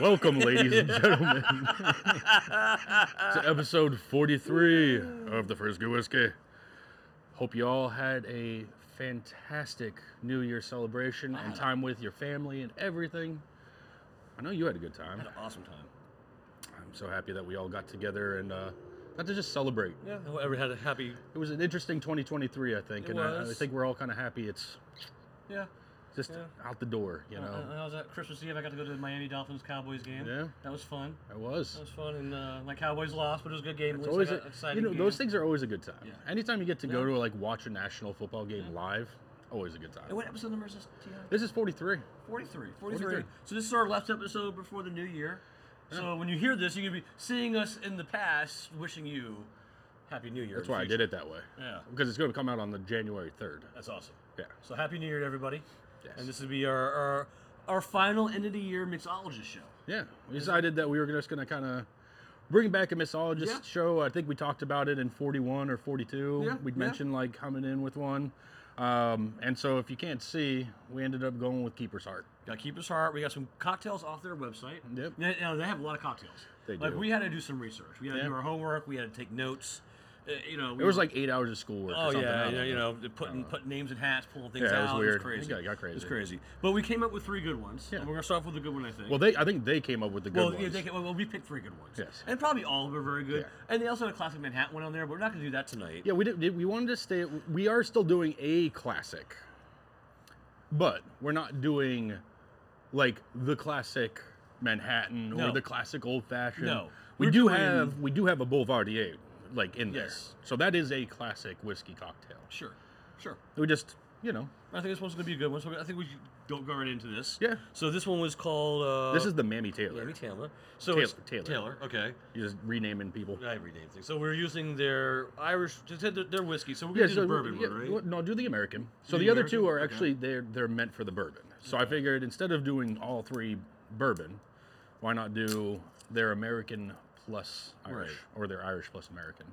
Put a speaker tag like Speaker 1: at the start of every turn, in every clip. Speaker 1: Welcome, ladies and gentlemen, to episode 43 of the First Good Whiskey. Hope you all had a fantastic New Year celebration and time with your family and everything. I know you had a good time.
Speaker 2: Had an awesome time.
Speaker 1: I'm so happy that we all got together and uh, not to just celebrate.
Speaker 2: Yeah, whoever had a happy.
Speaker 1: It was an interesting 2023, I think,
Speaker 2: It
Speaker 1: and I, I
Speaker 2: was.
Speaker 1: think we're all kind of happy it's
Speaker 2: Yeah.
Speaker 1: just
Speaker 2: Yeah.
Speaker 1: out the door, you
Speaker 2: Uh,
Speaker 1: know.
Speaker 2: I was at Christmas Eve. I got to go to the Miami Dolphins Cowboys game.
Speaker 1: Yeah.
Speaker 2: That was fun.
Speaker 1: It was.
Speaker 2: That was fun, and uh, my Cowboys lost, but it was a good game.
Speaker 1: It's
Speaker 2: At least
Speaker 1: always
Speaker 2: I
Speaker 1: a,
Speaker 2: got an exciting
Speaker 1: you know
Speaker 2: game.
Speaker 1: those things are always a good time.
Speaker 2: Yeah.
Speaker 1: Anytime you get to go
Speaker 2: Yeah.
Speaker 1: to like watch a national football game live, always a good time.
Speaker 2: And what episode number is this? Tiana?
Speaker 1: This is 43.
Speaker 2: 43. 43.
Speaker 1: 43.
Speaker 2: So this is our last episode before the new year. So when you hear this, you're gonna be seeing us in the past, wishing you happy New Year.
Speaker 1: That's why I did it that way
Speaker 2: Yeah.
Speaker 1: because it's going to come out on the January 3rd.
Speaker 2: That's awesome.
Speaker 1: Yeah.
Speaker 2: So happy New Year to everybody.
Speaker 1: Yes.
Speaker 2: And this will be our our, our final end of the year mixologist show.
Speaker 1: Yeah. We decided that we were just going to kind of bring back a mythologist
Speaker 2: Yeah.
Speaker 1: show. I think we talked about it in 41 or 42.
Speaker 2: Yeah,
Speaker 1: We'd
Speaker 2: yeah.
Speaker 1: mentioned like coming in with one. Um, and so if you can't see, we ended up going with Keeper's Heart.
Speaker 2: Got Keep Us Heart. We got some cocktails off their website.
Speaker 1: Yep.
Speaker 2: Now, now, they have a lot of cocktails.
Speaker 1: They
Speaker 2: like
Speaker 1: do.
Speaker 2: we had to do some research. We had
Speaker 1: Yeah.
Speaker 2: to do our homework. We had to take notes. Uh, you know, we
Speaker 1: It was like eight hours of schoolwork.
Speaker 2: oh
Speaker 1: or something. I
Speaker 2: yeah,
Speaker 1: don't
Speaker 2: you
Speaker 1: know.
Speaker 2: know,
Speaker 1: Uh,
Speaker 2: you know, putting putting names in hats, pulling things
Speaker 1: Yeah, it was
Speaker 2: out.
Speaker 1: weird.
Speaker 2: It was crazy.
Speaker 1: It got- got
Speaker 2: It was
Speaker 1: crazy.
Speaker 2: crazy. But we came up with three good ones.
Speaker 1: Yeah.
Speaker 2: And we're gonna start off with a good one, I think.
Speaker 1: Well, they I think they came up with the good
Speaker 2: well,
Speaker 1: ones.
Speaker 2: yeah, they, well, we picked three good ones.
Speaker 1: Yes.
Speaker 2: And probably all of them are very good.
Speaker 1: Yeah.
Speaker 2: And they also had a classic Manhattan one on there, but we're not gonna do that tonight.
Speaker 1: Yeah, we did. We wanted to stay. We are still doing a classic, but we're not doing like the classic Manhattan or
Speaker 2: No.
Speaker 1: the classic old fashioned.
Speaker 2: No.
Speaker 1: we
Speaker 2: We're
Speaker 1: do
Speaker 2: doing-
Speaker 1: have we do have a Boulevardier like in
Speaker 2: Yes.
Speaker 1: there, so that is a classic whiskey cocktail.
Speaker 2: Sure. Sure.
Speaker 1: We just you know
Speaker 2: I think this one's gonna be a good one. So I think we should don't go right into this.
Speaker 1: Yeah.
Speaker 2: So this one was called. Uh,
Speaker 1: this is the Mammy Taylor.
Speaker 2: Tammy Taylor. So
Speaker 1: Taylor,
Speaker 2: it's
Speaker 1: Taylor.
Speaker 2: Taylor. Okay.
Speaker 1: You're just renaming people.
Speaker 2: I rename things. So we're using their Irish, just their, their whiskey. So we're gonna
Speaker 1: Yeah,
Speaker 2: do
Speaker 1: so
Speaker 2: the bourbon
Speaker 1: yeah,
Speaker 2: one, right?
Speaker 1: well, No, do the American. So
Speaker 2: Do
Speaker 1: the
Speaker 2: the
Speaker 1: other two are
Speaker 2: American? Okay.
Speaker 1: actually they're they're meant for the bourbon. So I figured instead of doing all three bourbon, why not do their American plus Irish or their Irish plus American?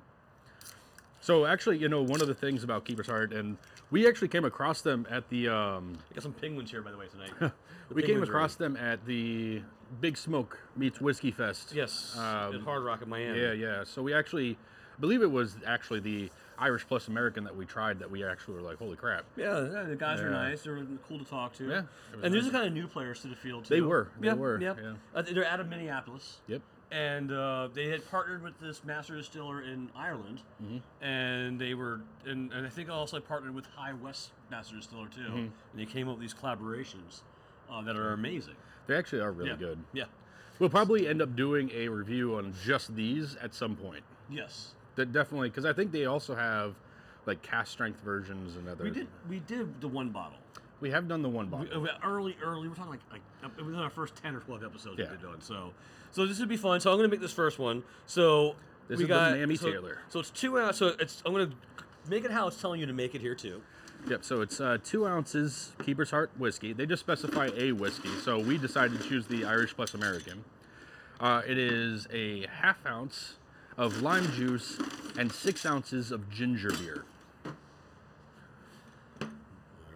Speaker 1: So actually, you know, one of the things about Keeper's Heart, and we actually came across them at the um,
Speaker 2: I got some penguins here, by the way, tonight. The
Speaker 1: we came
Speaker 2: penguins are
Speaker 1: across them at the Big Smoke meets Whiskey Fest.
Speaker 2: in. Yes. at
Speaker 1: Um,
Speaker 2: Hard Rock in Miami.
Speaker 1: yeah, yeah. So we actually, I believe it was actually the Irish plus American that we tried that we actually were like, holy crap.
Speaker 2: Yeah, yeah, the guys are
Speaker 1: Yeah.
Speaker 2: nice. They're cool to talk to.
Speaker 1: Yeah, it was
Speaker 2: and these
Speaker 1: nice.
Speaker 2: are kind of new players to the field too.
Speaker 1: They were, they
Speaker 2: Yeah,
Speaker 1: were,
Speaker 2: Yeah.
Speaker 1: yeah.
Speaker 2: Uh, they're out of Minneapolis.
Speaker 1: Yep.
Speaker 2: And uh, they had partnered with this master distiller in Ireland,
Speaker 1: Mm-hmm.
Speaker 2: and they were, and, and I think also partnered with High West master distiller too,
Speaker 1: Mm-hmm.
Speaker 2: and they came up with these collaborations uh, that are amazing.
Speaker 1: They actually are really
Speaker 2: yeah.
Speaker 1: good.
Speaker 2: Yeah.
Speaker 1: We'll probably end up doing a review on just these at some point.
Speaker 2: Yes.
Speaker 1: That definitely because I think they also have like cast strength versions and other.
Speaker 2: We did. We did the one bottle.
Speaker 1: We have done the one
Speaker 2: We,
Speaker 1: bottle.
Speaker 2: uh, early, early. We're talking like, like uh, it was in our first ten or twelve episodes
Speaker 1: Yeah.
Speaker 2: we've been doing. So, so this would be fun. So I'm gonna make this first one. So
Speaker 1: This
Speaker 2: we
Speaker 1: is the
Speaker 2: got
Speaker 1: Mammy
Speaker 2: so,
Speaker 1: Taylor.
Speaker 2: So it's two ounce. So it's I'm gonna make it how it's telling you to make it here too.
Speaker 1: Yep. So it's uh, two ounces Keeper's Heart whiskey. They just specify a whiskey, so we decided to choose the Irish plus American. Uh, it is a half ounce of lime juice and six ounces of ginger beer.
Speaker 2: All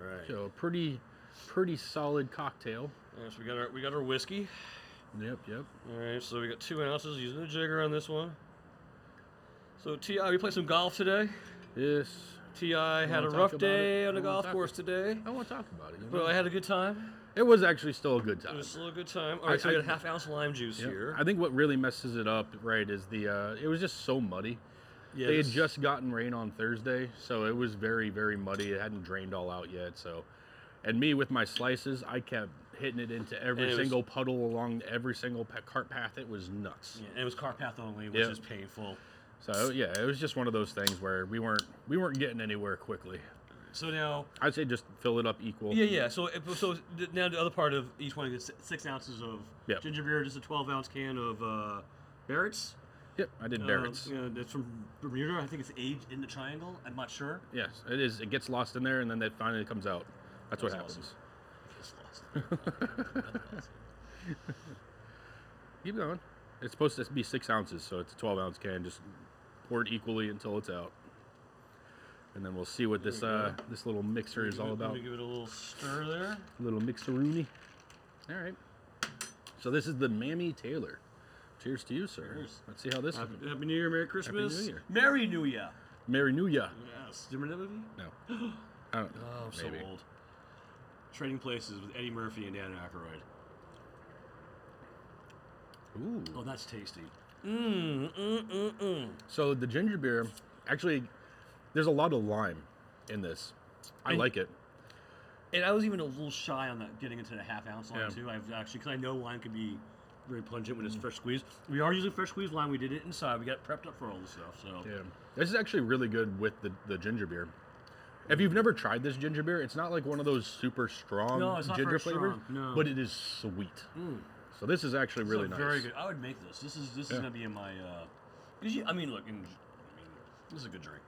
Speaker 2: right.
Speaker 1: So a pretty, pretty solid cocktail.
Speaker 2: so we got our we got our whiskey.
Speaker 1: Yep. Yep.
Speaker 2: All right. So we got two ounces using the jigger on this one. So Ti, we played some golf today.
Speaker 1: Yes.
Speaker 2: Ti had
Speaker 1: wanna
Speaker 2: a
Speaker 1: talk
Speaker 2: rough
Speaker 1: about
Speaker 2: day
Speaker 1: it?
Speaker 2: on the
Speaker 1: You wanna
Speaker 2: golf
Speaker 1: talk
Speaker 2: course today,
Speaker 1: I want to talk about it. you know?
Speaker 2: but I had a good time.
Speaker 1: It was actually still a good
Speaker 2: It
Speaker 1: time.
Speaker 2: was still a good time. All right. so we
Speaker 1: I-
Speaker 2: got a half ounce lime juice
Speaker 1: Yeah.
Speaker 2: here.
Speaker 1: I think what really messes it up, right, is the uh, it was just so muddy.
Speaker 2: yeah,
Speaker 1: They had
Speaker 2: this-
Speaker 1: just gotten rain on Thursday, so it was very, very muddy. It hadn't drained all out yet. So, and me with my slices, I kept hitting it into
Speaker 2: And
Speaker 1: every
Speaker 2: it was-
Speaker 1: single puddle along every single pa- cart path. It was nuts.
Speaker 2: Yeah, and it was car path only, which
Speaker 1: Yeah.
Speaker 2: is painful.
Speaker 1: So yeah, it was just one of those things where we weren't we weren't getting anywhere quickly.
Speaker 2: So now,
Speaker 1: I'd say just fill it up equal.
Speaker 2: yeah, yeah. So it- so th- now the other part of each one is six ounces of
Speaker 1: Yep.
Speaker 2: ginger beer, just a twelve ounce can of uh, Barrett's.
Speaker 1: Yep. I did
Speaker 2: Uh,
Speaker 1: Barrett's.
Speaker 2: yeah, that's from Bermuda. I think it's aged in the triangle. I'm not sure.
Speaker 1: Yes, it is. It gets lost in there, and then it finally comes out. That's what
Speaker 2: That's
Speaker 1: happens.
Speaker 2: awesome. I just lost it.
Speaker 1: Keep going. It's supposed to be six ounces, so it's a 12 ounce can. Just pour it equally until it's out, and then we'll see what this
Speaker 2: There we
Speaker 1: uh, this little mixer is all
Speaker 2: Let
Speaker 1: about.
Speaker 2: me give it a little stir there.
Speaker 1: Little mixeroonie. All right. So this is the Mammy Taylor. Cheers to you, sir.
Speaker 2: Cheers.
Speaker 1: Let's see how this.
Speaker 2: Happy, Happy New Year, Merry Christmas,
Speaker 1: Year.
Speaker 2: Merry New Year.
Speaker 1: Merry New Year.
Speaker 2: Yes, do you remember that movie?
Speaker 1: No. I don't know.
Speaker 2: Oh, I'm
Speaker 1: Maybe.
Speaker 2: so old. Trading Places with Eddie Murphy and Dan Aykroyd.
Speaker 1: Ooh.
Speaker 2: Oh, that's tasty. Mmm, mmm, mmm, mmm.
Speaker 1: So the ginger beer, actually, there's a lot of lime in this. I
Speaker 2: And-
Speaker 1: like it.
Speaker 2: And I was even a little shy on that getting into the half ounce line
Speaker 1: Yeah.
Speaker 2: too. I've actually because I know lime can be very pungent when it's fresh squeezed. We are using fresh squeezed lime. We did it inside. We got prepped up for all this stuff. So
Speaker 1: Yeah. This is actually really good with the, the ginger beer. If you've never tried this ginger beer, it's not like one of those super strong
Speaker 2: No, it's not
Speaker 1: ginger
Speaker 2: very
Speaker 1: flavors,
Speaker 2: strong, no.
Speaker 1: but it is sweet.
Speaker 2: Mm.
Speaker 1: So this is actually
Speaker 2: So
Speaker 1: really nice.
Speaker 2: Very good. I would make this. This is this
Speaker 1: Yeah.
Speaker 2: is gonna be in my. uh 'cause you- I mean, look, in, I mean, this is a good drink.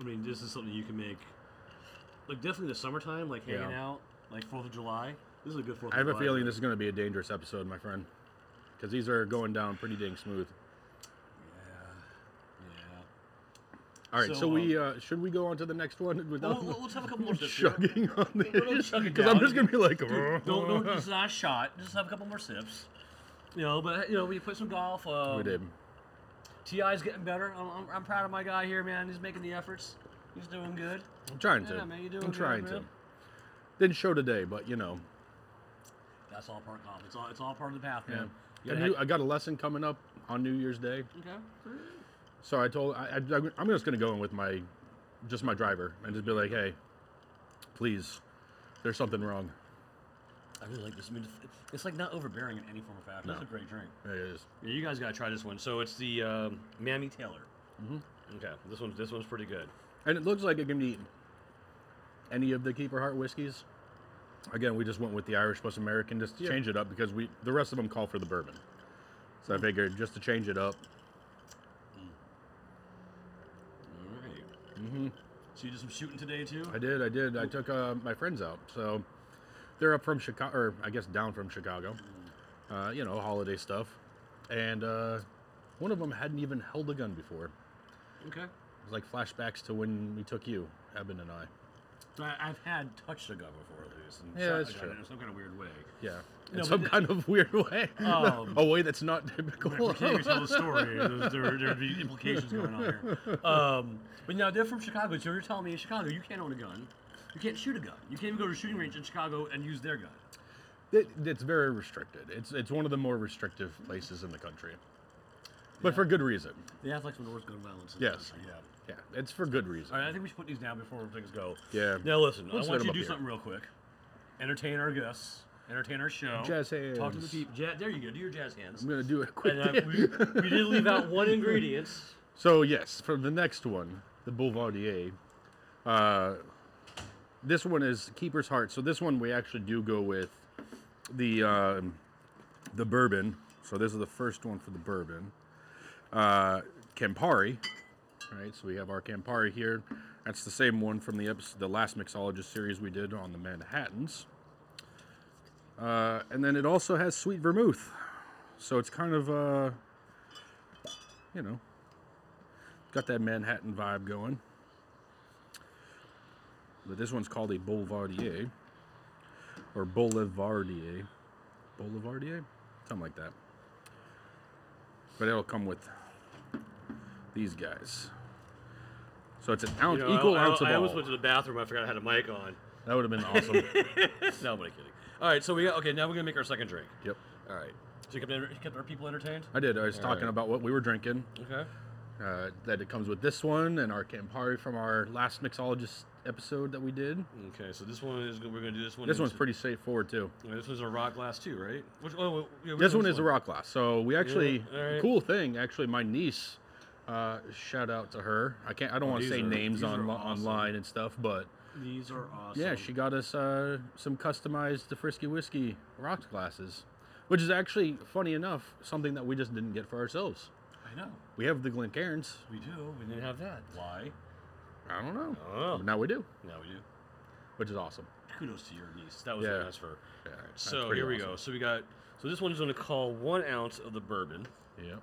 Speaker 2: I mean, this is something you can make. Like definitely the summertime, like hanging
Speaker 1: Yeah.
Speaker 2: out, like Fourth of July. This is a good Fourth.
Speaker 1: I have
Speaker 2: of
Speaker 1: a
Speaker 2: July
Speaker 1: feeling
Speaker 2: drink.
Speaker 1: this is going to be a dangerous episode, my friend, because these are going down pretty dang smooth.
Speaker 2: Yeah.
Speaker 1: All right, so,
Speaker 2: So,
Speaker 1: we uh, should we go on to the next one
Speaker 2: Yeah.
Speaker 1: without
Speaker 2: Well, we'll, let's have a couple more sips. here.
Speaker 1: chugging on
Speaker 2: don't
Speaker 1: this?
Speaker 2: chug it
Speaker 1: Because I'm
Speaker 2: down.
Speaker 1: just going to be like,
Speaker 2: Dude, don't, don't, this is not a shot. Just have a couple more sips. You know, but you know, we put some golf. Um,
Speaker 1: we did.
Speaker 2: Ti's getting better. I'm, I'm, I'm proud of my guy here, man. He's making the efforts. He's doing good.
Speaker 1: I'm trying to.
Speaker 2: Yeah, man, you doing
Speaker 1: I'm
Speaker 2: good,
Speaker 1: trying to.
Speaker 2: man.
Speaker 1: Didn't show today, but you know.
Speaker 2: That's all part of golf. It's all it's all part of the path,
Speaker 1: Yeah.
Speaker 2: man. You
Speaker 1: I,
Speaker 2: gotta
Speaker 1: knew,
Speaker 2: ha-
Speaker 1: I got a lesson coming up on New Year's Day,
Speaker 2: okay.
Speaker 1: so I told I, I I'm just gonna go in with my, just my driver, and just be like, hey, please, there's something wrong.
Speaker 2: I really like this. I mean, it's- it's like not overbearing in any form or fashion. That's a great drink.
Speaker 1: There it is.
Speaker 2: Yeah, you guys gotta try this one. So it's the um, Mammy Taylor. Mm-hmm. Okay, this one's this one's pretty good.
Speaker 1: And it looks like it can be any of the Keeper Heart whiskeys. Again, we just went with the Irish plus American, just to
Speaker 2: Yeah.
Speaker 1: change it up because we the rest of them call for the bourbon. So I figured just to change it up.
Speaker 2: All Mm-hmm. So you did some shooting today too.
Speaker 1: I did, I did. I took uh, my friends out, so they're up from Chicago, or I guess down from Chicago. Uh, you know, holiday stuff, and uh, one of them hadn't even held a gun before. It
Speaker 2: Okay.
Speaker 1: was like flashbacks to when we took you, Eben and I.
Speaker 2: I, I've had touched a gun before, at least. and
Speaker 1: Yeah,
Speaker 2: shot
Speaker 1: that's
Speaker 2: a gun
Speaker 1: true.
Speaker 2: In some kind of weird way.
Speaker 1: Yeah, in
Speaker 2: No, but
Speaker 1: some
Speaker 2: th-
Speaker 1: kind of weird way,
Speaker 2: Um,
Speaker 1: a way that's not typical.
Speaker 2: I can't even tell the story. There's- There, there'd be implications going on here. Um, but now they're from Chicago, so you're telling me in Chicago you can't own a gun, you can't shoot a gun, you can't even go to a shooting range in Chicago and use their gun.
Speaker 1: It, it's very restricted. It's it's one of the more restrictive places in the country, but for good reason.
Speaker 2: They have like some of the worst gun violence. In
Speaker 1: Yes.
Speaker 2: The country, yeah.
Speaker 1: Yeah, it's for good reason.
Speaker 2: All right, I think we should put these down before things go.
Speaker 1: Yeah.
Speaker 2: Now listen,
Speaker 1: Let's
Speaker 2: I
Speaker 1: set
Speaker 2: want
Speaker 1: 'em
Speaker 2: you to
Speaker 1: up
Speaker 2: do
Speaker 1: here.
Speaker 2: something real quick. Entertain our guests. Entertain our show.
Speaker 1: Jazz
Speaker 2: Talk to the
Speaker 1: hands.
Speaker 2: people. Ja- there you go. Do your jazz hands.
Speaker 1: I'm gonna do a quick.
Speaker 2: And uh, we, we did leave out one ingredient.
Speaker 1: So yes, for the next one, the Boulevardier. Uh, this one is Keeper's Heart. So this one we actually do go with the um, the bourbon. So this is the first one for the bourbon. Uh, Campari. All right, so we have our Campari here. That's the same one from the episode, the last mixologist series we did on the Manhattans. Uh, and then it also has sweet vermouth. So it's kind of uh, you know, Got that Manhattan vibe going. But this one's called a Boulevardier. Or Boulevardier. Boulevardier? Something like that. But it'll come with these guys. So it's an ounce,
Speaker 2: You know,
Speaker 1: equal
Speaker 2: I, I-
Speaker 1: ounce
Speaker 2: I,
Speaker 1: of all.
Speaker 2: almost went to the bathroom. I forgot I had a mic on.
Speaker 1: that would have been awesome.
Speaker 2: no, I'm only kidding. All right, so we got okay. Now we're gonna make our second drink.
Speaker 1: yep.
Speaker 2: All right. So you kept, enter- you kept our people entertained.
Speaker 1: I did. I was talking
Speaker 2: right.
Speaker 1: about what we were drinking.
Speaker 2: Okay.
Speaker 1: Uh, that it comes with this one and our Campari from our last mixologist episode that we did.
Speaker 2: Okay. So this one is we're gonna do this one.
Speaker 1: This
Speaker 2: in-
Speaker 1: one's pretty straightforward too.
Speaker 2: Yeah, This one's a rock glass too, right? Which, oh, yeah, which
Speaker 1: This one
Speaker 2: one's
Speaker 1: is a rock glass. So we actually
Speaker 2: all right.
Speaker 1: cool thing. Actually, my niece. Uh, shout out to her. I can't. I don't want to
Speaker 2: Oh, these
Speaker 1: say
Speaker 2: are-
Speaker 1: names
Speaker 2: these are
Speaker 1: on
Speaker 2: awesome.
Speaker 1: online and stuff, but
Speaker 2: These are awesome.
Speaker 1: yeah, she got us uh, some customized the Frisky Whiskey rocks glasses, which is actually funny enough something that we just didn't get for ourselves.
Speaker 2: I know.
Speaker 1: We have the Glencairns.
Speaker 2: We do. We didn't have that. Why?
Speaker 1: I don't know.
Speaker 2: Oh.
Speaker 1: But now we do,
Speaker 2: Now we do.
Speaker 1: which is awesome.
Speaker 2: Kudos to your niece. That was
Speaker 1: Yeah.
Speaker 2: a transfer.
Speaker 1: Yeah,
Speaker 2: All right.
Speaker 1: that's
Speaker 2: So
Speaker 1: pretty
Speaker 2: here we
Speaker 1: awesome.
Speaker 2: go. So we got. So this one's going to call one ounce of the bourbon.
Speaker 1: Yep.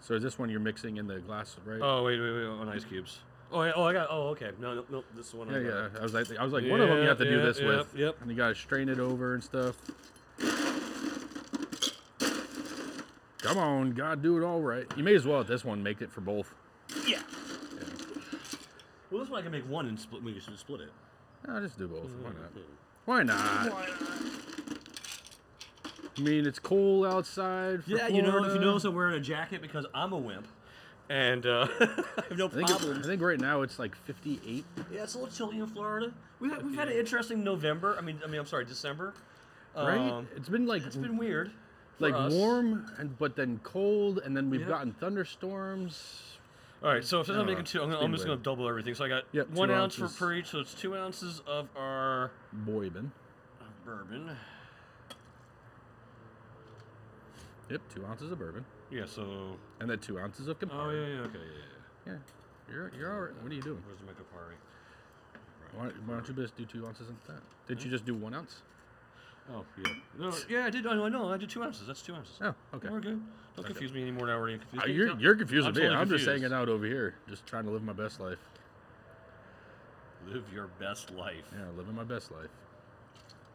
Speaker 1: So is this one you're mixing in the glass, right?
Speaker 2: Oh wait, wait, wait! On ice cubes. Oh, yeah, oh, I got. Oh, okay. No, no, no this is the one.
Speaker 1: Yeah,
Speaker 2: I got.
Speaker 1: yeah. I was like, I was like, one of them you
Speaker 2: Yep,
Speaker 1: have to do
Speaker 2: yep,
Speaker 1: this
Speaker 2: yep,
Speaker 1: with.
Speaker 2: yep.
Speaker 1: And you gotta strain it over and stuff. Come on, God, do it all right. You may as well at this one make it for both.
Speaker 2: Yeah. Well, this one I can make one and split. We should split it.
Speaker 1: No, just do both. Why
Speaker 2: Mm-hmm.
Speaker 1: not? Why not? I mean, it's cool outside. For
Speaker 2: Yeah, you know, if you
Speaker 1: Florida.
Speaker 2: notice, I'm wearing a jacket because I'm a wimp, and uh, I have no
Speaker 1: I think, it's- I
Speaker 2: problems.
Speaker 1: think right now it's like 58.
Speaker 2: Yeah, it's a little chilly in Florida. We've had, we've had an interesting November. I mean, I mean, I'm sorry, December.
Speaker 1: Right?
Speaker 2: Um,
Speaker 1: it's been like
Speaker 2: it's been weird. for
Speaker 1: like
Speaker 2: us.
Speaker 1: warm and but then cold and then we've
Speaker 2: Yeah.
Speaker 1: gotten thunderstorms.
Speaker 2: All right, so if I'm
Speaker 1: don't
Speaker 2: making
Speaker 1: know.
Speaker 2: two, I'm, gonna-
Speaker 1: It's
Speaker 2: I'm
Speaker 1: been
Speaker 2: just going to double everything. So I got
Speaker 1: Yep,
Speaker 2: one
Speaker 1: two
Speaker 2: ounce for
Speaker 1: ounces.
Speaker 2: per each, so it's two ounces of our
Speaker 1: Boybin.
Speaker 2: bourbon.
Speaker 1: Yep, two ounces of bourbon.
Speaker 2: Yeah, so.
Speaker 1: And then two ounces of
Speaker 2: Oh
Speaker 1: Campari.
Speaker 2: yeah, yeah, okay, yeah, yeah.
Speaker 1: yeah. You're you're all right. What are you doing?
Speaker 2: Where's my Campari?
Speaker 1: Why, don't- why don't you just do two ounces instead? Didn't you just do one ounce?
Speaker 2: Oh yeah. No, yeah, I did. I know. I know. I did two ounces. That's two ounces.
Speaker 1: Oh, okay.
Speaker 2: We're good. Don't confuse me anymore. Now already confused.
Speaker 1: Uh,
Speaker 2: me.
Speaker 1: you're
Speaker 2: No.
Speaker 1: you're confusing me.
Speaker 2: totally
Speaker 1: I'm just
Speaker 2: confused.
Speaker 1: hanging out over here, just trying to live my best life.
Speaker 2: Live your best life.
Speaker 1: Yeah, living my best life,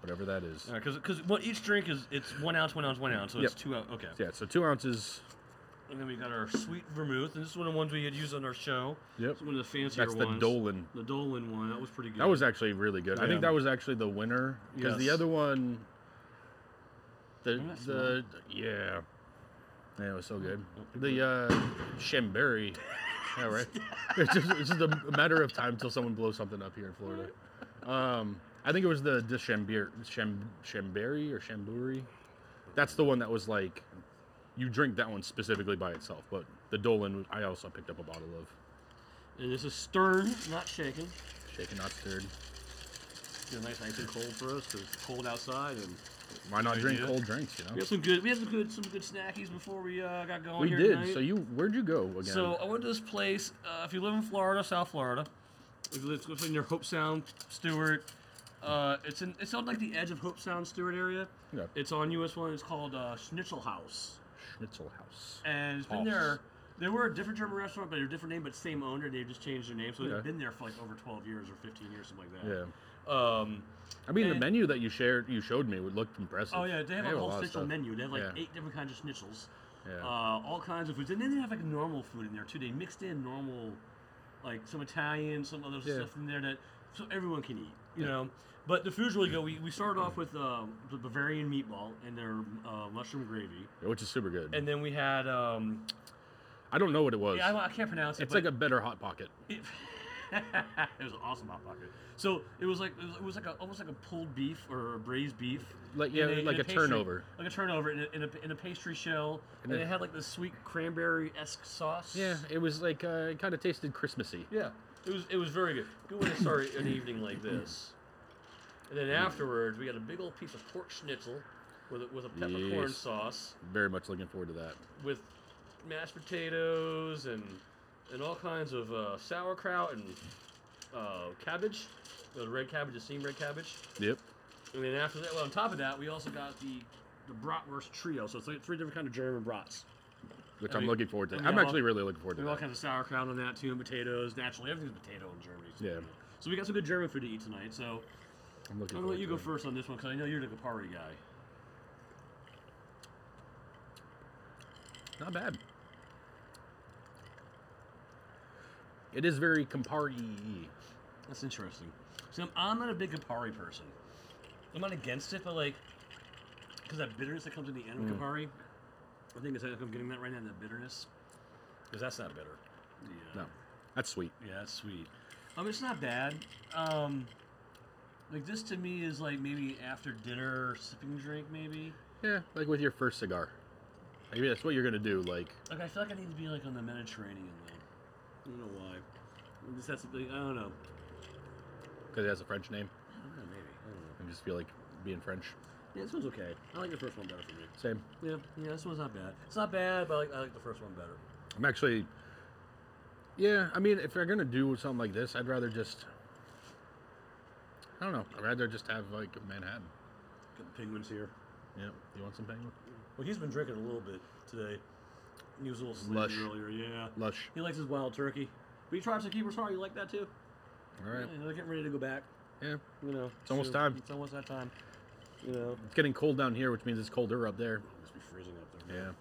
Speaker 1: whatever that is.
Speaker 2: Because because what each drink is it's one ounce, one ounce, one ounce. So
Speaker 1: Yep.
Speaker 2: it's two. ou- Okay.
Speaker 1: Yeah, so two ounces.
Speaker 2: And then we got our sweet vermouth, and this is one of the ones we had used on our show.
Speaker 1: Yep.
Speaker 2: It's one of the fancier
Speaker 1: That's the
Speaker 2: ones.
Speaker 1: Dolan.
Speaker 2: The Dolan one. That was pretty good.
Speaker 1: That was actually really good. I think
Speaker 2: Yeah.
Speaker 1: that was actually the winner because the
Speaker 2: Yes.
Speaker 1: other one, the
Speaker 2: Wasn't that
Speaker 1: the yeah, yeah, it was so good. The uh, Shamberi, yeah, right. It's just, it's just a matter of time till someone blows something up here in Florida. Um, I think it was the the Shambir, Sham, Shamberi or Shamburi. That's the one that was like, you drink that one specifically by itself. But the Dolan, I also picked up a bottle of.
Speaker 2: And this is stern, not shaken.
Speaker 1: Shaken, not stirred.
Speaker 2: You know, nice, nice and cold for us. 'cause it's cold outside, and
Speaker 1: Why not drink
Speaker 2: idea.
Speaker 1: cold drinks? You know.
Speaker 2: we had some good. We had some good, some good snackies before we uh, got going.
Speaker 1: We
Speaker 2: here
Speaker 1: did.
Speaker 2: tonight.
Speaker 1: So you, where'd you go again?
Speaker 2: So I went to this place. Uh, if you live in Florida, South Florida, if you live it's near Hope Sound, Stewart, uh, it's in it's on like the edge of Hope Sound, Stewart area.
Speaker 1: Yeah.
Speaker 2: It's on US one. It's called uh, Schnitzel House,
Speaker 1: Schnitzel House.
Speaker 2: and it's been
Speaker 1: House.
Speaker 2: there. They were a different German restaurant, but they're a different name, but same owner. They've just changed their name, so
Speaker 1: Okay.
Speaker 2: they've been there for like over 12 years or 15 years, something like
Speaker 1: Yeah.
Speaker 2: that. Yeah. Um,
Speaker 1: I mean, the
Speaker 2: And-
Speaker 1: menu that you shared, you showed me, would looked impressive.
Speaker 2: oh yeah, they have a
Speaker 1: lot
Speaker 2: whole
Speaker 1: of
Speaker 2: schnitzel
Speaker 1: stuff.
Speaker 2: menu. They have like
Speaker 1: Yeah.
Speaker 2: eight different kinds of schnitzels.
Speaker 1: Yeah.
Speaker 2: uh, all kinds of foods, and then they have like normal food in there too. They mixed in normal, like some Italian, some other
Speaker 1: Yeah.
Speaker 2: stuff in there that so everyone can eat, you know. But the food's really good. We, we started off with um, the Bavarian meatball and their uh, mushroom gravy,
Speaker 1: which is super good.
Speaker 2: and then we had um,
Speaker 1: I don't know what it was.
Speaker 2: yeah, I, I can't pronounce it.
Speaker 1: it's
Speaker 2: but
Speaker 1: like a better hot pocket.
Speaker 2: it, it was an awesome hot pocket. So it was like it was, it was like a, almost like a pulled beef or a braised beef.
Speaker 1: Like-
Speaker 2: in
Speaker 1: yeah,
Speaker 2: in
Speaker 1: like a
Speaker 2: pastry-
Speaker 1: turnover.
Speaker 2: Like a turnover in a, in a, in a pastry shell, and,
Speaker 1: then-
Speaker 2: it had like this sweet cranberry esque sauce.
Speaker 1: Yeah, it was like uh, it kind of tasted Christmassy.
Speaker 2: Yeah, it was it was very good. Good way to start an evening like this. And then afterwards, we got a big old piece of pork schnitzel with a, with a peppercorn
Speaker 1: Yes.
Speaker 2: sauce
Speaker 1: Very much looking forward to that.
Speaker 2: with mashed potatoes and and all kinds of uh, sauerkraut and uh, cabbage, the red cabbage, the steamed red cabbage.
Speaker 1: Yep.
Speaker 2: And then after that, well, on top of that, we also got the the bratwurst trio. So it's like three different kind of German brats.
Speaker 1: Which
Speaker 2: I
Speaker 1: I'm
Speaker 2: mean-
Speaker 1: looking forward to.
Speaker 2: and we
Speaker 1: I'm
Speaker 2: have
Speaker 1: actually
Speaker 2: all-
Speaker 1: really looking forward to
Speaker 2: There's all
Speaker 1: that.
Speaker 2: kinds of sauerkraut on that too, and potatoes. Naturally, everything's potato in Germany. So,
Speaker 1: Yeah.
Speaker 2: you know. So we got some good German food to eat tonight. So
Speaker 1: I'm looking
Speaker 2: I'm gonna
Speaker 1: forward
Speaker 2: let you
Speaker 1: to
Speaker 2: go
Speaker 1: it.
Speaker 2: first on this one because I know you're the Campari guy.
Speaker 1: Not bad. It is very Campari.
Speaker 2: That's interesting. So I'm, I'm not a big Campari person. I'm not against it, but like, because that bitterness that comes in the end of Campari, I think it's like I'm getting that right now. That bitterness, because that's not bitter. Yeah.
Speaker 1: No, that's sweet.
Speaker 2: Yeah, that's sweet. Um, it's not bad. Um, like this to me is like maybe after dinner sipping drink maybe.
Speaker 1: Yeah, like with your first cigar. Maybe that's what you're gonna do. Like,
Speaker 2: Like I feel like I need to be like on the Mediterranean though. I don't know why. I just that's I don't know.
Speaker 1: because it has a French name.
Speaker 2: I don't know, maybe. I don't know.
Speaker 1: I just feel like being French.
Speaker 2: Yeah, this one's okay. I like the first one better for me.
Speaker 1: Same.
Speaker 2: Yeah, yeah, this one's not bad. It's not bad, but I like, I like the first one better.
Speaker 1: I'm actually. Yeah, I mean, if they're gonna do something like this, I'd rather just. I don't know. I'd rather just have like a Manhattan.
Speaker 2: Got the penguins here.
Speaker 1: Yeah. You want some penguin?
Speaker 2: Well, he's been drinking a little bit today. He was a little sleepy
Speaker 1: Lush.
Speaker 2: earlier. Yeah.
Speaker 1: Lush.
Speaker 2: He likes his wild turkey. We tried to keep us sorry. You like that too?
Speaker 1: All right.
Speaker 2: Yeah, they're getting ready to go back.
Speaker 1: Yeah.
Speaker 2: You know, it's
Speaker 1: almost time.
Speaker 2: It's almost that time. You know,
Speaker 1: It's getting cold down here, which means it's colder up there.
Speaker 2: it must be freezing up there.
Speaker 1: Yeah.
Speaker 2: man.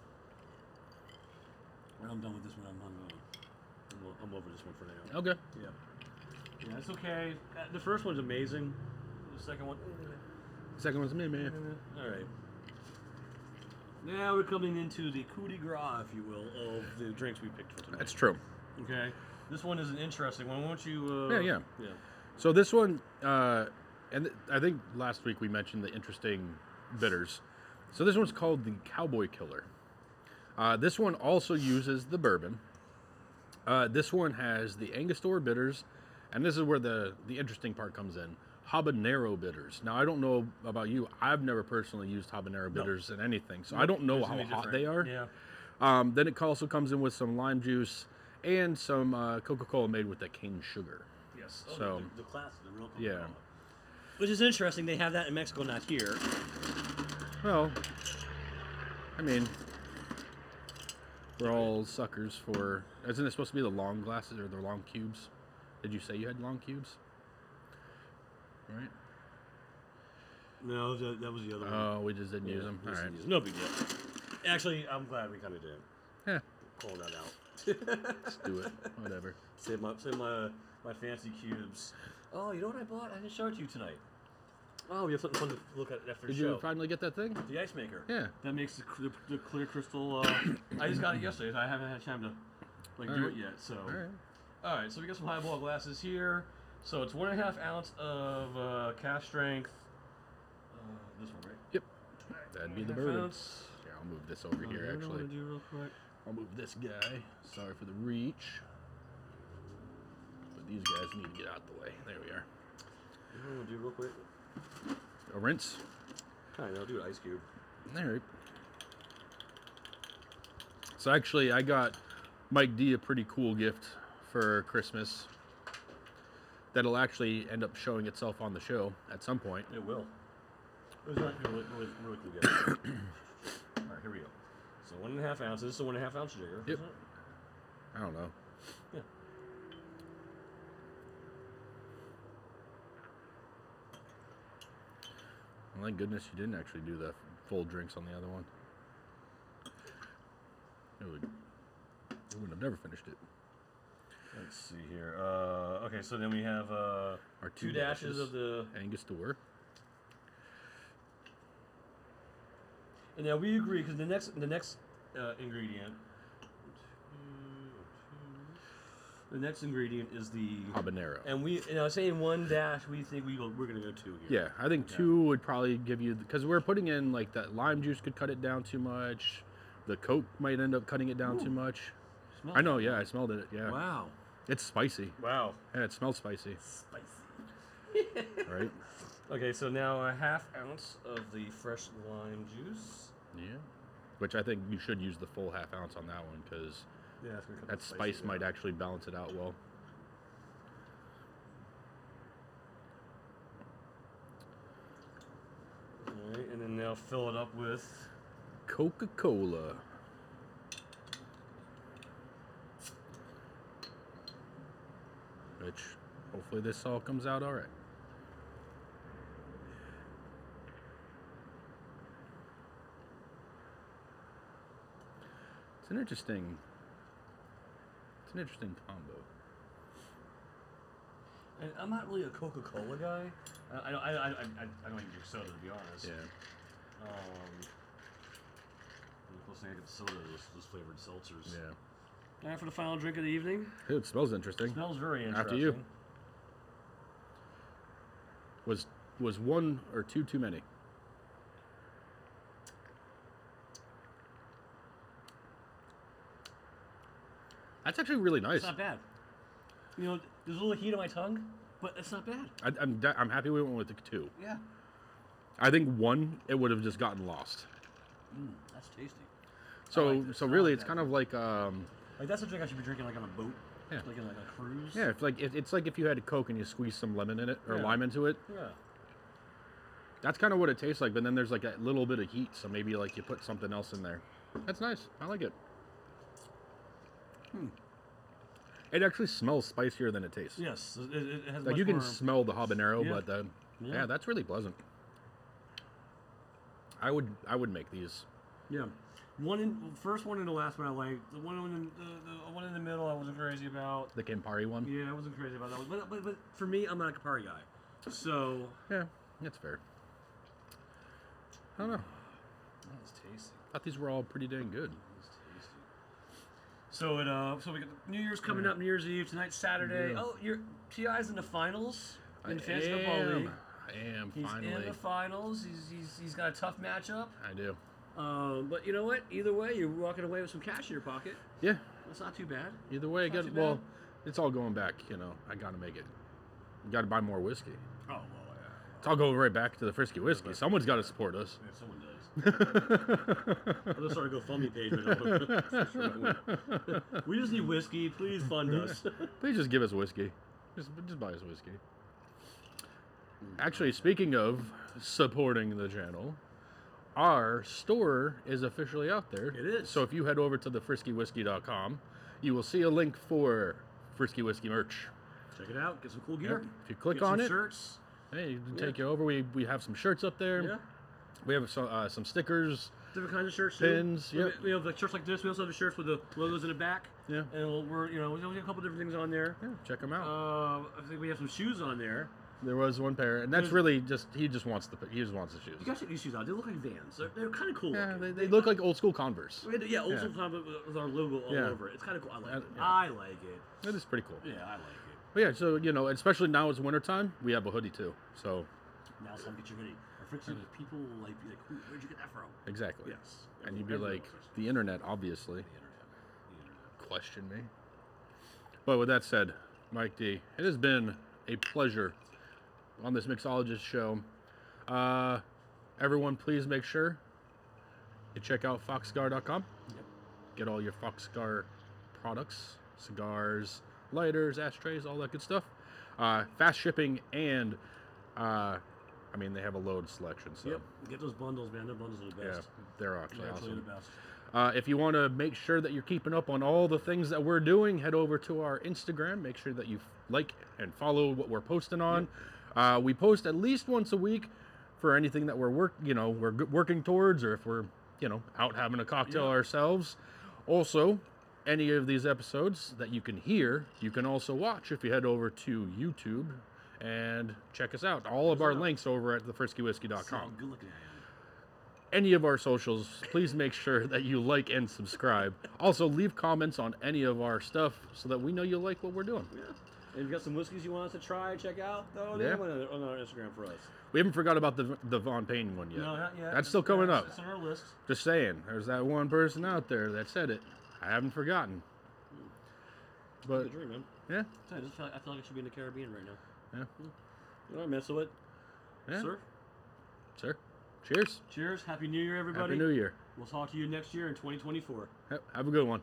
Speaker 2: When I'm done with this one, I'm I'm, uh, I'm, o- I'm over this one for now.
Speaker 1: Okay.
Speaker 2: Yeah. Yeah, it's okay. Uh, The first one's amazing. The second one. eh,
Speaker 1: Second one's me, man.
Speaker 2: Uh, All right. Now we're coming into the coup de grace, if you will, of the drinks we picked for tonight.
Speaker 1: That's true.
Speaker 2: Okay. This one is an interesting one. Why don't you? Uh,
Speaker 1: Yeah, yeah.
Speaker 2: Yeah.
Speaker 1: So this one, uh, and th- I think last week we mentioned the interesting bitters. So this one's called the Cowboy Killer. Uh, this one also uses the bourbon. Uh, this one has the Angostura bitters, and this is where the the interesting part comes in. Habanero bitters. Now I don't know about you. I've never personally used habanero bitters in anything, so I don't know
Speaker 2: It's
Speaker 1: how
Speaker 2: gonna
Speaker 1: hot
Speaker 2: be
Speaker 1: they are.
Speaker 2: different. Yeah.
Speaker 1: Um, then it also comes in with some lime juice and some uh, Coca-Cola made with the cane sugar.
Speaker 2: Yes. Oh,
Speaker 1: So-
Speaker 2: the, the class, the real.
Speaker 1: Yeah.
Speaker 2: Which is interesting. They have that in Mexico, not here.
Speaker 1: Well, I mean, we're all suckers for. Isn't it supposed to be the long glasses or the long cubes? Did you say you had long cubes? Right.
Speaker 2: No, that, that was the other one.
Speaker 1: Oh, we just didn't
Speaker 2: Yeah,
Speaker 1: use them.
Speaker 2: we
Speaker 1: All
Speaker 2: just
Speaker 1: right.
Speaker 2: didn't use 'em. No big deal. Actually, I'm glad we kind of did.
Speaker 1: Yeah,
Speaker 2: Call that out.
Speaker 1: let's do it. Whatever.
Speaker 2: save my save my my fancy cubes. Oh, you know what I bought? I didn't show it to you tonight. Oh, we have something fun to look at after
Speaker 1: Did
Speaker 2: the show.
Speaker 1: you finally get that thing?
Speaker 2: the ice maker.
Speaker 1: Yeah.
Speaker 2: That makes the, cl- the, the clear crystal. Uh, I just got it yesterday, so I haven't had time to like do
Speaker 1: Alright.
Speaker 2: it yet. So.
Speaker 1: All right.
Speaker 2: All right, so we got some highball glasses here. So it's one and a half ounce of uh, cast strength. Uh, this one, right?
Speaker 1: Yep. That'd be the
Speaker 2: One and a half
Speaker 1: bourbon.
Speaker 2: ounce.
Speaker 1: Here, I'll move this over
Speaker 2: Oh,
Speaker 1: here.
Speaker 2: you know what I'm
Speaker 1: Actually,
Speaker 2: gonna do real quick.
Speaker 1: I'll move this guy. Sorry for the reach. But these guys need to get out the way. There we are.
Speaker 2: You know what I'm gonna do real quick.
Speaker 1: A rinse.
Speaker 2: Kind of. I'll do an ice cube.
Speaker 1: All right. So actually, I got Mike D a pretty cool gift for Christmas. That'll actually end up showing itself on the show at some point.
Speaker 2: It will. It was not really, really, really cool guess. All right, here we go. So one and a half ounces. This is a one and a half ounce jigger.
Speaker 1: Yep.
Speaker 2: isn't it?
Speaker 1: I don't know.
Speaker 2: Yeah.
Speaker 1: Well, thank goodness you didn't actually do the full drinks on the other one. It would. I would have never finished it.
Speaker 2: Let's see here. Uh, okay, so then we have uh,
Speaker 1: Our
Speaker 2: two dashes of the.
Speaker 1: Angostura.
Speaker 2: And now we agree because the next the next uh, ingredient. The next ingredient is the.
Speaker 1: Habanero.
Speaker 2: And we and I was saying one dash. We think we go, we're gonna go two here.
Speaker 1: Yeah, I think
Speaker 2: Okay.
Speaker 1: two would probably give you because we're putting in like that lime juice could cut it down too much. The Coke might end up cutting it down too
Speaker 2: Ooh.
Speaker 1: much.
Speaker 2: Smell
Speaker 1: I know, yeah, I smelled it. Yeah,
Speaker 2: Wow.
Speaker 1: it's spicy.
Speaker 2: Wow.
Speaker 1: Yeah, it smells spicy,
Speaker 2: Spicy.
Speaker 1: right?
Speaker 2: Okay, so now a half ounce of the fresh lime juice.
Speaker 1: yeah, which I think you should use the full half ounce on that one because
Speaker 2: Yeah, that's gonna come
Speaker 1: that spice might actually balance it out well.
Speaker 2: All right, and then now fill it up with.
Speaker 1: Coca Cola. Which hopefully this all comes out all right. It's an interesting. It's an interesting combo.
Speaker 2: And I'm not really a Coca-Cola guy. I, I, don't- I, I, I, I don't even drink soda to be honest.
Speaker 1: Yeah.
Speaker 2: Um, and the closest thing I get to soda is those flavored seltzers.
Speaker 1: Yeah.
Speaker 2: All right, for the final drink of the evening.
Speaker 1: It smells interesting.
Speaker 2: Smells very interesting.
Speaker 1: After you. Was was one or two too many? That's actually really nice.
Speaker 2: It's not bad. You know, there's a little heat on my tongue, but it's not bad.
Speaker 1: I, I'm de- I'm happy we went with the two.
Speaker 2: Yeah.
Speaker 1: I think one it would have just gotten lost.
Speaker 2: Mm, that's tasty.
Speaker 1: So
Speaker 2: like this.
Speaker 1: so
Speaker 2: I
Speaker 1: really
Speaker 2: like
Speaker 1: it's
Speaker 2: that.
Speaker 1: kind of like um
Speaker 2: Like that's a drink I should be drinking like on a boat.
Speaker 1: Yeah.
Speaker 2: Like in like a cruise.
Speaker 1: yeah it's like it, it's like if you had a Coke and you squeezed some lemon in it or
Speaker 2: Yeah.
Speaker 1: lime into it.
Speaker 2: Yeah.
Speaker 1: That's kind of what it tastes like. But then there's like a little bit of heat, so maybe like you put something
Speaker 2: Hmm.
Speaker 1: else in there. That's nice. I like it. It actually smells spicier than it tastes.
Speaker 2: Yes, it, it it has
Speaker 1: Like
Speaker 2: much
Speaker 1: you can
Speaker 2: more,
Speaker 1: smell the habanero,
Speaker 2: Yeah.
Speaker 1: but the, yeah.
Speaker 2: Yeah.
Speaker 1: that's really pleasant. I would I would make these.
Speaker 2: yeah. One in first one and the last one I liked. The one in the, the one in the middle I wasn't crazy about.
Speaker 1: The Campari one.
Speaker 2: Yeah, I wasn't crazy about that one. But, but, but for me, I'm not a Campari guy. So
Speaker 1: Yeah, that's fair. I don't know.
Speaker 2: that was tasty.
Speaker 1: I thought these were all pretty dang good.
Speaker 2: So it uh, so we got New Year's coming up, New Year's Eve tonight, Saturday.
Speaker 1: Yeah.
Speaker 2: Oh, your TI's in the finals in
Speaker 1: I
Speaker 2: fantasy football
Speaker 1: am-
Speaker 2: league.
Speaker 1: I am
Speaker 2: He's in
Speaker 1: finally.
Speaker 2: the finals. He's, he's, he's got a tough matchup.
Speaker 1: I do.
Speaker 2: Um, but you know what? Either way, you're walking away with some cash in your pocket.
Speaker 1: Yeah.
Speaker 2: That's not too bad.
Speaker 1: Either way, I
Speaker 2: Not
Speaker 1: got
Speaker 2: too bad.
Speaker 1: well. It's all going back. You know, I gotta make it. Got to buy more whiskey.
Speaker 2: Oh well,
Speaker 1: So I'll go right back to the frisky whiskey. Someone's got to support us.
Speaker 2: yeah. If someone does. I'll start a GoFundMe page. But we just need whiskey. Please fund us.
Speaker 1: Please just give us whiskey. Just, just buy us whiskey.
Speaker 2: Mm-hmm.
Speaker 1: Actually, speaking of supporting the channel, our store is officially out there.
Speaker 2: It is.
Speaker 1: So if you head over to thefriskywhiskey.com, you will see a link for Frisky Whiskey merch.
Speaker 2: Check it out. Get some cool gear.
Speaker 1: If you click
Speaker 2: Get some
Speaker 1: on it,
Speaker 2: shirts.
Speaker 1: hey, it can
Speaker 2: Yeah.
Speaker 1: take you over. We, we have some shirts up there.
Speaker 2: Yeah.
Speaker 1: We have some, uh, some stickers.
Speaker 2: Different kinds of shirts.
Speaker 1: Pins,
Speaker 2: Too.
Speaker 1: yep.
Speaker 2: We have like shirts like this. We also have the shirts with the logos in the back.
Speaker 1: Yeah.
Speaker 2: And we're you know we have a couple different things on there.
Speaker 1: Yeah, check them out.
Speaker 2: Uh, I think we have some shoes on there.
Speaker 1: there was one pair, and that's
Speaker 2: there's-
Speaker 1: really just he just wants the he just wants the shoes.
Speaker 2: You guys should get these shoes out. They look like Vans. They're, they're kind of cool.
Speaker 1: Yeah,
Speaker 2: looking.
Speaker 1: they, they look like old school Converse.
Speaker 2: I mean, yeah, old
Speaker 1: Yeah.
Speaker 2: school combat with- with our logo all
Speaker 1: Yeah.
Speaker 2: over it. It's kind of cool. I like
Speaker 1: Uh,
Speaker 2: it.
Speaker 1: yeah.
Speaker 2: I like it.
Speaker 1: That is pretty cool.
Speaker 2: Yeah, I like it.
Speaker 1: But yeah, so you know, especially now it's wintertime, we have a hoodie too. So
Speaker 2: Now some get your hoodie. Our friction with people will like be like, "Who- where'd you get that from?
Speaker 1: exactly.
Speaker 2: Yes.
Speaker 1: And you'd be
Speaker 2: Everyone
Speaker 1: like,
Speaker 2: knows
Speaker 1: the internet, obviously.
Speaker 2: the internet. The internet.
Speaker 1: Question me. But with that said, Mike D, it has been a pleasure on this mixologist show. Uh, everyone, please make sure you check out foxgar.com.
Speaker 2: Yep.
Speaker 1: Get all your Foxgar products, cigars, lighters, ashtrays, all that good stuff. Uh, fast shipping and, uh, I mean, they have a load selection. So
Speaker 2: Yep. Get those bundles, man. Their bundles are the
Speaker 1: Yeah,
Speaker 2: best.
Speaker 1: they're actually
Speaker 2: They're actually
Speaker 1: awesome.
Speaker 2: the best.
Speaker 1: Uh, if you want to make sure that you're keeping up on all the things that we're doing, head over to our Instagram. Make sure that you f- like and follow what we're posting on. Uh, we post at least once a week for anything that we're work, you know, we're g- working towards, or if we're, you know, out having a cocktail
Speaker 2: Yeah.
Speaker 1: ourselves. Also, any of these episodes that you can hear, you can also watch if you head over to YouTube and check us out. All of
Speaker 2: Check us
Speaker 1: our
Speaker 2: out.
Speaker 1: links over at
Speaker 2: See how
Speaker 1: thefriskywhiskey.com
Speaker 2: Good looking I am.
Speaker 1: any of our socials, please make sure that you like and subscribe. Also, leave comments on any of our stuff so that we know you like what we're doing.
Speaker 2: Yeah. And if you got some whiskeys you want us to try, check out, throw
Speaker 1: Yeah.
Speaker 2: them on, our- on our Instagram for us.
Speaker 1: We haven't forgot about the the Von Payne one yet. That's still coming up.
Speaker 2: It's on our list.
Speaker 1: Just saying, there's that one person out there that said it. I haven't forgotten. But
Speaker 2: Good drink, man.
Speaker 1: yeah,
Speaker 2: I just feel like, I feel like I should be in the Caribbean right now.
Speaker 1: yeah,
Speaker 2: All right, man. So what?
Speaker 1: yeah.
Speaker 2: Sir,
Speaker 1: Sir, cheers.
Speaker 2: cheers. Happy New Year, everybody.
Speaker 1: Happy New Year.
Speaker 2: We'll talk to you next year in 2024.
Speaker 1: Yep, Have a good one.